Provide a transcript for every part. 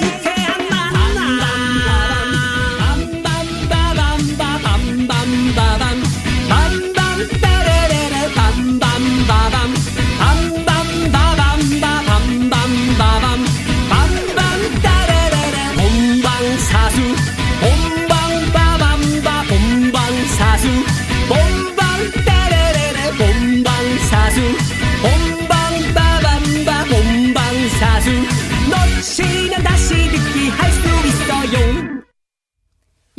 유쾌한 만남 빰빰빠밤빠밤빰빰빠밤 빰빰빠레레레 빰빰빠밤 빰빰빠밤빠밤빰빰빠밤 빰빰따레레레 본방사수 본방빠밤빠 본방사수 본방따레레레 본방사수 본방빠밤빠 본방사수 놓치면 다시 듣기 할 수 있어요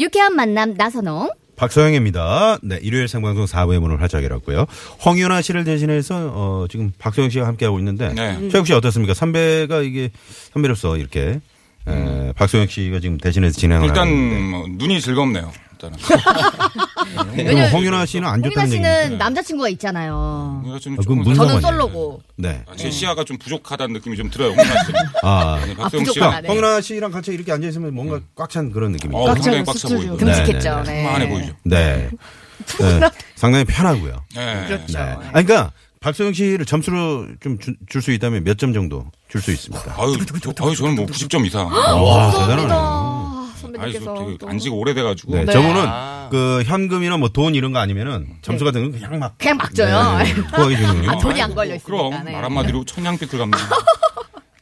유쾌한 만남 나선홍. 박서영입니다. 네, 일요일 생방송 4부의 문을 활짝 열었고요. 홍윤아 씨를 대신해서 어, 지금 박서영 씨가 함께하고 있는데 네. 음. 최욱 씨 어떻습니까? 선배가 이게 선배로서 이렇게 에, 박서영 씨가 지금 대신해서 진행을 아, 네. 하는데 음. 일단 뭐 눈이 즐겁네요. 일단은. 그럼 홍윤아 씨는 안 홍윤아 좋다는 씨는 얘기죠. 남자친구가 있잖아요. 뭔가 좀 그건 조금 무슨 저는 상관이에요? 솔로고. 네. 아, 제 시야가 좀 부족하다는 느낌이 좀 들어요. 홍윤아 씨. 아, 네, 박수영 부족하다. 씨가 네. 홍윤아 씨랑 같이 이렇게 앉아 있으면 음. 뭔가 꽉 찬 그런 느낌이. 어, 죠 꽉 상당히 차고 빡쳐 수트를 보이고. 듬직했죠. 네. 만해 보이죠. 네. 네. 상당히 편하고요. 네. 그렇죠. 네. 아, 그러니까 박서영 씨를 점수로 좀 줄 수 있다면 몇 점 정도 줄 수 아, 있습니까? 아유, 저, 아유, 저는 뭐 90점 이상. 아, 어, 와, 감사합니다. 아니, 저 선배님께서 되게 또. 안지가 오래돼가지고. 네, 네. 저분은 그 현금이나 뭐 돈 이런 거 아니면은 점수 같은 건 그냥 막 그냥 막 줘요. 네, 거의 지금. 아, 돈이 안 아이고, 걸려 있으니까. 그럼 네. 말 한마디로 천냥빛을 갑니다.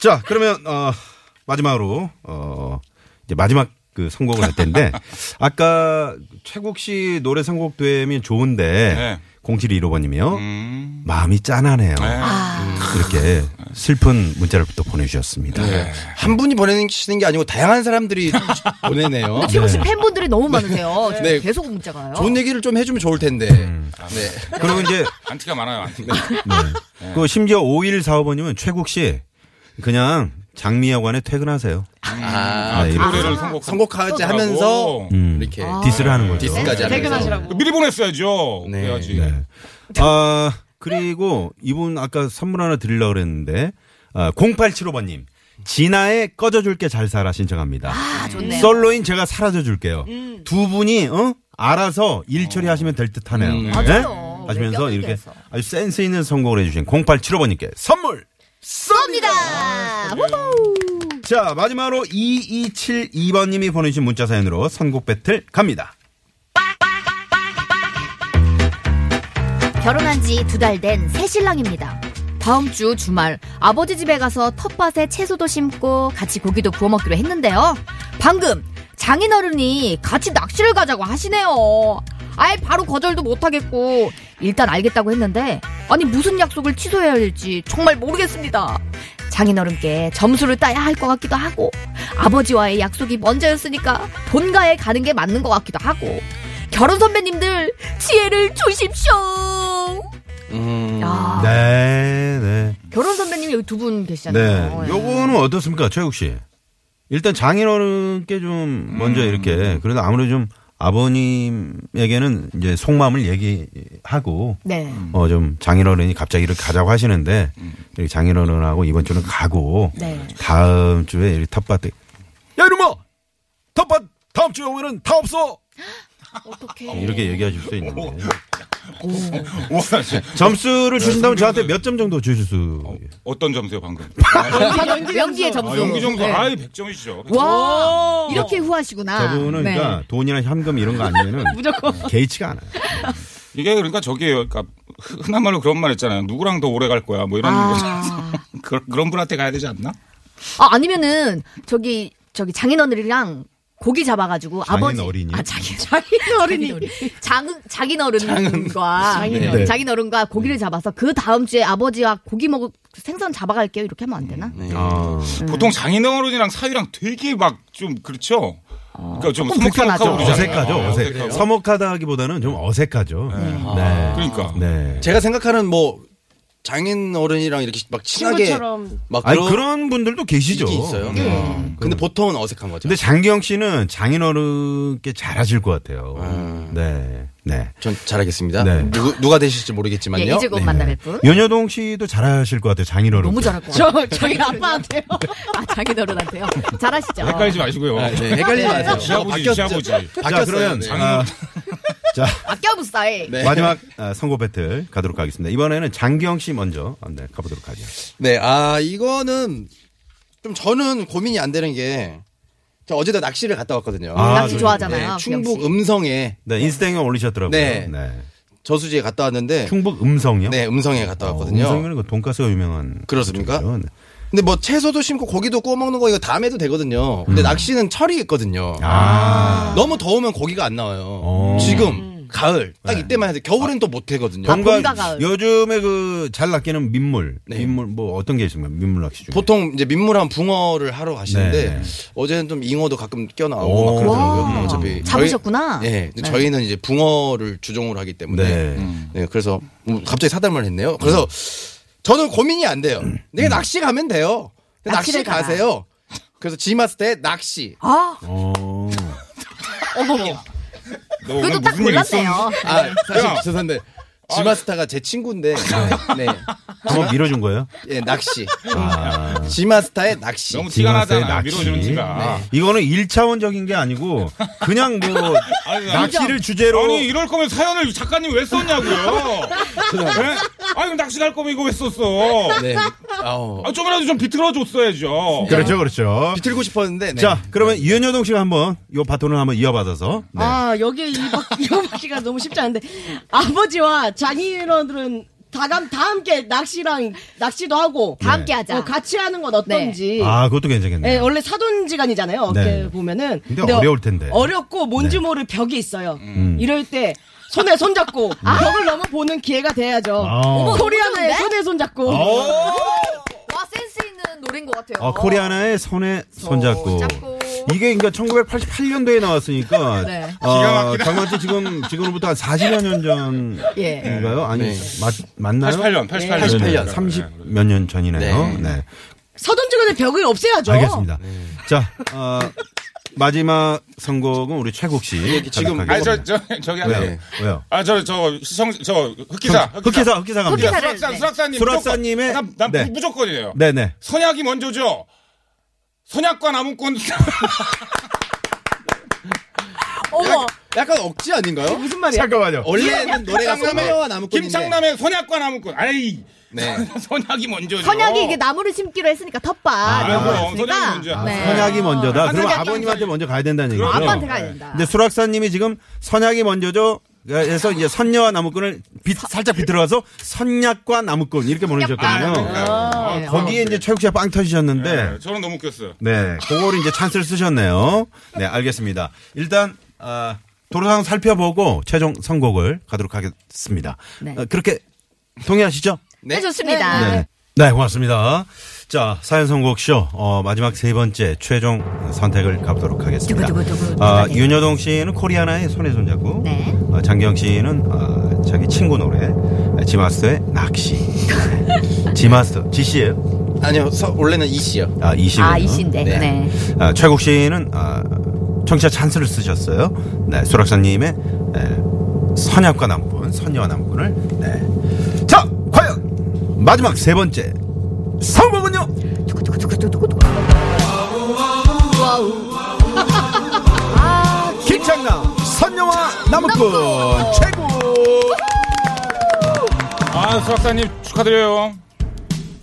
자, 그러면 어 마지막으로 어 이제 마지막 그 선곡을 할 텐데 아까 최국 씨 노래 선곡되면 좋은데 네. 0715번님이요. 음. 마음이 짠하네요. 아. 네. 이렇게 슬픈 문자를 또 보내주셨습니다. 네. 한 분이 보내시는 게 아니고 다양한 사람들이 보내네요. 근데 최고 씨 팬분들이 너무 많으세요. 지금 네. 계속 문자가 와요. 좋은 얘기를 좀 해주면 좋을 텐데. 음. 네. 그리고 이제 안티가 많아요, 안티가. 네. 그 심지어 5145번님은 최국 씨 그냥 장미여관에 퇴근하세요. 아, 그 이렇게. 노래를 선곡. 선곡까지 하면서 음. 이렇게 아, 디스를 하는 거죠. 네. 디스까지 하면서. 미리 보냈어야죠. 네. 그래야지. 아, 그리고 이분 아까 선물 하나 드리려고 그랬는데, 아, 0875번님. 진아의 꺼져줄게 잘 살아 신청합니다. 아, 좋네요. 솔로인 제가 사라져줄게요. 두 분이, 어? 알아서 일 처리하시면 될 듯 하네요. 예? 맞아요. 하시면서 왜 이렇게 껴들여서. 아주 센스 있는 선곡을 해주신 0875번님께 선물! 쏩니다. 호호. 자, 마지막으로 2272번님이 보내주신 문자 사연으로 선곡 배틀 갑니다. 결혼한 지 두 달 된 새 신랑입니다. 다음 주 주말 아버지 집에 가서 텃밭에 채소도 심고 같이 고기도 구워 먹기로 했는데요. 방금 장인어른이 같이 낚시를 가자고 하시네요. 아예 바로 거절도 못하겠고 일단 알겠다고 했는데 아니 무슨 약속을 취소해야 할지 정말 모르겠습니다. 장인어른께 점수를 따야 할 것 같기도 하고 아버지와의 약속이 먼저였으니까 본가에 가는 게 맞는 것 같기도 하고 결혼 선배님들 지혜를 주십시오. 음. 야, 네, 네. 결혼 선배님 여기 두 분 네. 계시잖아요. 예. 요거는 어떻습니까, 최욱 씨? 일단 장인어른께 좀 먼저 이렇게 그래도 아무래도 좀 아버님에게는 이제 속마음을 얘기하고 네. 어 좀 장인어른이 갑자기 이렇게 가자고 하시는데 이렇게 장인어른하고 이번 주는 가고 네. 다음 주에 이렇게 텃밭에 야 이놈아 텃밭 다음 주에 오면은 다 없어 어떻게? 이렇게 얘기하실 수 있는데 와, 씨. 점수를 주신다면 저한테 몇 점 정도 주실 수 어떤 점수요, 방금? 연기의 점수. 아, 연기 점수. 네. 아이, 100점이시죠. 와 이렇게 후하시구나. 저분은 네. 그러니까 돈이나 현금 이런 거 아니면은 개의치가 않아요. 이게 그러니까 저기예요. 그러니까 흔- 흔한 말로 그런 말 있잖아요. 누구랑 더 오래 갈 거야. 뭐 이런 아. 거잖아요. 그런, 그런 분한테 가야 되지 않나? 아 아니면은 저기 저기 장인어른이랑 고기 잡아가지고 아버지 장인어린이요? 아 장인 장인어른이 장 장인어른과 네. 장인어른과 고기를 잡아서 그 다음 주에 아버지와 고기 먹을 생선 잡아갈게요 이렇게 하면 안 되나? 네. 아. 네. 보통 장인어른이랑 사위랑 되게 막 좀 그렇죠. 그러니까 좀 어, 조금 불편하죠. 서먹하고 그러잖아요. 어색하죠. 아, 어색. 어색하고. 서먹하다기보다는 좀 어색하죠. 네. 그러니까. 네. 제가 생각하는 뭐 장인 어른이랑 이렇게 막 친하게 막 아니 그런 그런 분들도 계시죠. 네. 음. 게 있어요. 어. 근데 보통은 어색한 거죠. 근데 장기영 씨는 장인어른께 잘하실 것 같아요. 네. 네. 전 잘하겠습니다. 네. 누구, 누가 되실지 모르겠지만요. 예, 이제 곧 만나뵐 분. 윤여동 씨도 잘하실 것 같아요. 장인어른. 너무 잘할 것 같아요. 저, 저희 아빠한테요. 아, 장인어른한테요. 잘하시죠. 아, 헷갈리지 마시고요. 아, 네, 헷갈리지 마세요. 지아버지, 바뀌었죠. 지아버지. 자, 바뀌었어요. 그러면 네. 아, 자, 아껴부싸이. 네. 마지막 아, 선고 배틀 가도록 하겠습니다. 이번에는 장기영 씨 먼저 아, 네, 가보도록 하죠. 네, 아, 이거는 좀 저는 고민이 안 되는 게, 저 어제도 낚시를 갔다 왔거든요. 아, 낚시 그렇군요. 좋아하잖아요. 네, 구경 씨. 충북 음성에 네, 인스타그램 올리셨더라고요. 네. 저수지에 갔다 왔는데, 충북 음성이요? 네, 음성에 갔다 왔거든요. 음성이는 그 돈가스가 유명한 그렇습니까? 곳이죠. 네. 근데 뭐 채소도 심고 고기도 구워 먹는 거 이거 다음에도 되거든요. 근데 낚시는 철이 있거든요. 아. 너무 더우면 고기가 안 나와요. 어. 지금 가을 딱 이때만 해도 겨울엔 또 못 되거든요. 아, 봄과 가을. 요즘에 그 잘 낚이는 민물, 네. 민물 뭐 어떤 게 있습니까? 민물 낚시 중에. 보통 이제 민물한 붕어를 하러 가시는데 네. 어제는 좀 잉어도 가끔 오. 껴나오고 막 그러더라고요. 뭐 와. 어차피 잡으셨구나. 저희, 네, 근데 저희는 이제 붕어를 주종으로 하기 때문에 네. 네, 그래서 음, 갑자기 사담을 했네요. 그래서 저는 고민이 안 돼요. 내가 낚시 가면 돼요. 근데 낚시 낚시를 가라. 가세요. 그래서 지마스 때 낚시. 아, 어. 너 그것도 딱 골랐네요. 아 사실 야. 죄송한데 지마스타가 제 친구인데 네, 한번 밀어준 거예요? 예, 낚시 아. 지마스타의 낚시 너무 티가 낚시. 네. 나잖아. 밀어주는 티가. 이거는 1차원적인 게 아니고 그냥 뭐 아니, 아니, 낚시를 주제로 아니 이럴 거면 사연을 작가님 왜 썼냐고요. 네? 아니 낚시 갈 거면 이거 왜 썼어. 네 아우 아, 좀이라도 좀 비틀어 줬어야죠. 그렇죠 그렇죠. 비틀고 싶었는데 네. 자 그러면 이현여동 씨가 한번 요 바톤을 한번 이어받아서 네. 아 여기 이박이박씨가 너무 쉽지 않은데 아버지와 장인어른은 다, 감- 다 함께 낚시랑 낚시도 하고 다 함께 하자. 어, 같이 하는 건 어떤지. 아 그것도 예, 괜찮겠네요. 원래 사돈지간이잖아요. 어떻게 네. 보면은. 근데 어려울 텐데. 어렵고 뭔지 네. 음. 모를 벽이 있어요. 이럴 때 손에 손잡고 벽을 넘어 보는 기회가 돼야죠. 아. 어머, 코리아나의 너무 손에 손잡고. 와, 센스 있는 노래인 것 같아요. 어, 코리아나의 손에 손잡고. 손잡고. 이게 그러니까 1988년도에 나왔으니까 네. 어, 정말로 지금 지금으로부터 한 40여 년 예. 전인가요? 아니 네. 맞 맞나요? 88년, 88년. 88년. 30 몇 년 전이네요. 네. 네. 사돈지간의 벽을 없애야죠. 그렇죠? 알겠습니다. 자, 어, 마지막 선곡은 우리 최국 씨. 예, 지금- 네. 가도록 아니 저, 하겠습니다. 저 저기 하나. 왜요? 왜요? 아, 저, 저, 시청, 저, 흑기사. 흑기사, 흑기사 갑니다. 흑기사를- 수락산, 네. 수락산님. 수락사님의- 무조건. 난, 난 네. 무조건이에요. 네네. 선약이 먼저죠. 선약과 나무꾼. 네. 어머, 약간 억지 아닌가요? 무슨 말이야? 잠깐만요. 원래는 노래가 소매와 나무꾼인데 김창남의 선약과 나무꾼. 아이. 네. 선약이 먼저죠. 선약이 이게 나무를 심기로 했으니까 텃밭 아, 이런 그럼 선약이 거였으니까. 네. 문제야. 아, 선약이 먼저다. 그럼 선약이 아버님한테 먼저지. 먼저 가야 된다는 얘기죠. 아빠한테 가야 된다. 근데 수락사님이 지금 선약이 먼저죠. 그래서 이제 선녀와 나무꾼을 비- 살짝 비틀어서 선약과 나무꾼 이렇게 보내주셨거든요. 아, 거기에 이제 최국 씨가 빵 터지셨는데, 네. 저는 너무 웃겼어요. 네, 그걸 이제 찬스를 쓰셨네요. 네, 알겠습니다. 일단 아, 도로상 살펴보고 최종 선곡을 가도록 하겠습니다. 네. 어, 그렇게 동의하시죠? 네, 좋습니다. 네. 네, 고맙습니다. 자, 사연 선곡쇼, 어, 마지막 세 번째 최종 선택을 가보도록 하겠습니다. 두구두구두구 아, 누가 돼요? 윤여동 씨는 코리아나의 손에 손잡고, 네. 어, 장경 씨는, 아, 자기 친구 노래, 아, 지마스터의 낚시. 지마스터, 지씨예요 아니요 서- 원래는 이 씨요 아, 이씨. 아, 이신데. 네. 네. 아, 최국 씨는, 아, 청취자 찬스를 쓰셨어요. 네, 수락사님의, 에, 선약과 남군, 선녀와 남군을, 네. 자, 과연! 마지막 세 번째 선곡은요? 두구두구두구두구두구. 김창남 선영화 나무꾼 최고 아, 수락사님 축하드려요.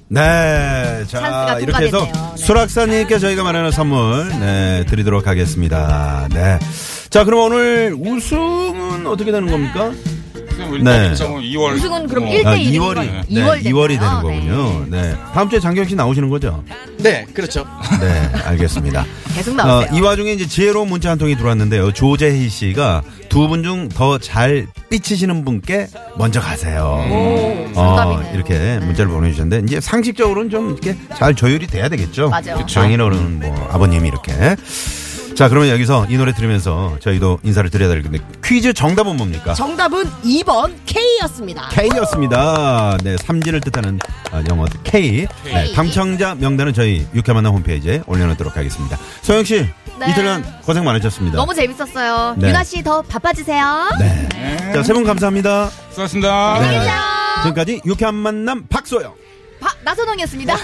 네, 찬스가 자 이렇게 해서 통과됐네요. 네. 수락사님께 저희가 마련한 선물 네, 드리도록 하겠습니다. 네, 자 그럼 오늘 우승은 어떻게 되는 겁니까? 네. 네. 2월. 우승은 그럼 일- 네, 이 이월인 월이 거예요. 네, 이월 2월이 되는 됐네요. 거군요. 네, 다음 주에 장경 씨 나오시는 거죠? 네 그렇죠 네, 알겠습니다. 계속 나오세요. 어, 이 와중에 이제 지혜로운 문자 한 통이 들어왔는데요. 조재희 씨가 두 분 중 더 잘 삐치시는 분께 먼저 가세요. 어, 정답이네요. 이렇게 문자를 보내주셨는데 이제 상식적으로는 좀 이렇게 잘 조율이 돼야 되겠죠. 맞아요. 그쵸. 장인어른 뭐 아버님이 이렇게. 자 그러면 여기서 이 노래 들으면서 저희도 인사를 드려야 될 건데 퀴즈 정답은 뭡니까? 정답은 2번 K였습니다. K였습니다. 네, 삼진을 뜻하는 아, 영어 K. 네, 당첨자 명단은 저희 유쾌만남 홈페이지에 올려놓도록 하겠습니다. 소영 씨, 네. 이틀간 고생 많으셨습니다. 너무 재밌었어요. 네. 윤아 씨 더 바빠지세요. 네. 자, 세 분 감사합니다. 어, 수고하셨습니다. 네. 아. 지금까지 유쾌한 만남 박소영. 바, 나선홍이었습니다.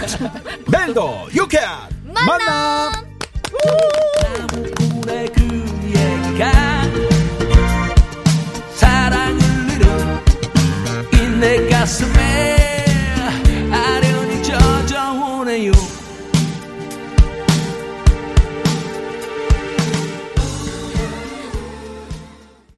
내일도 유쾌한 네. 만남. 아무튼의 그애가 내 가슴에 아련히 젖어오네요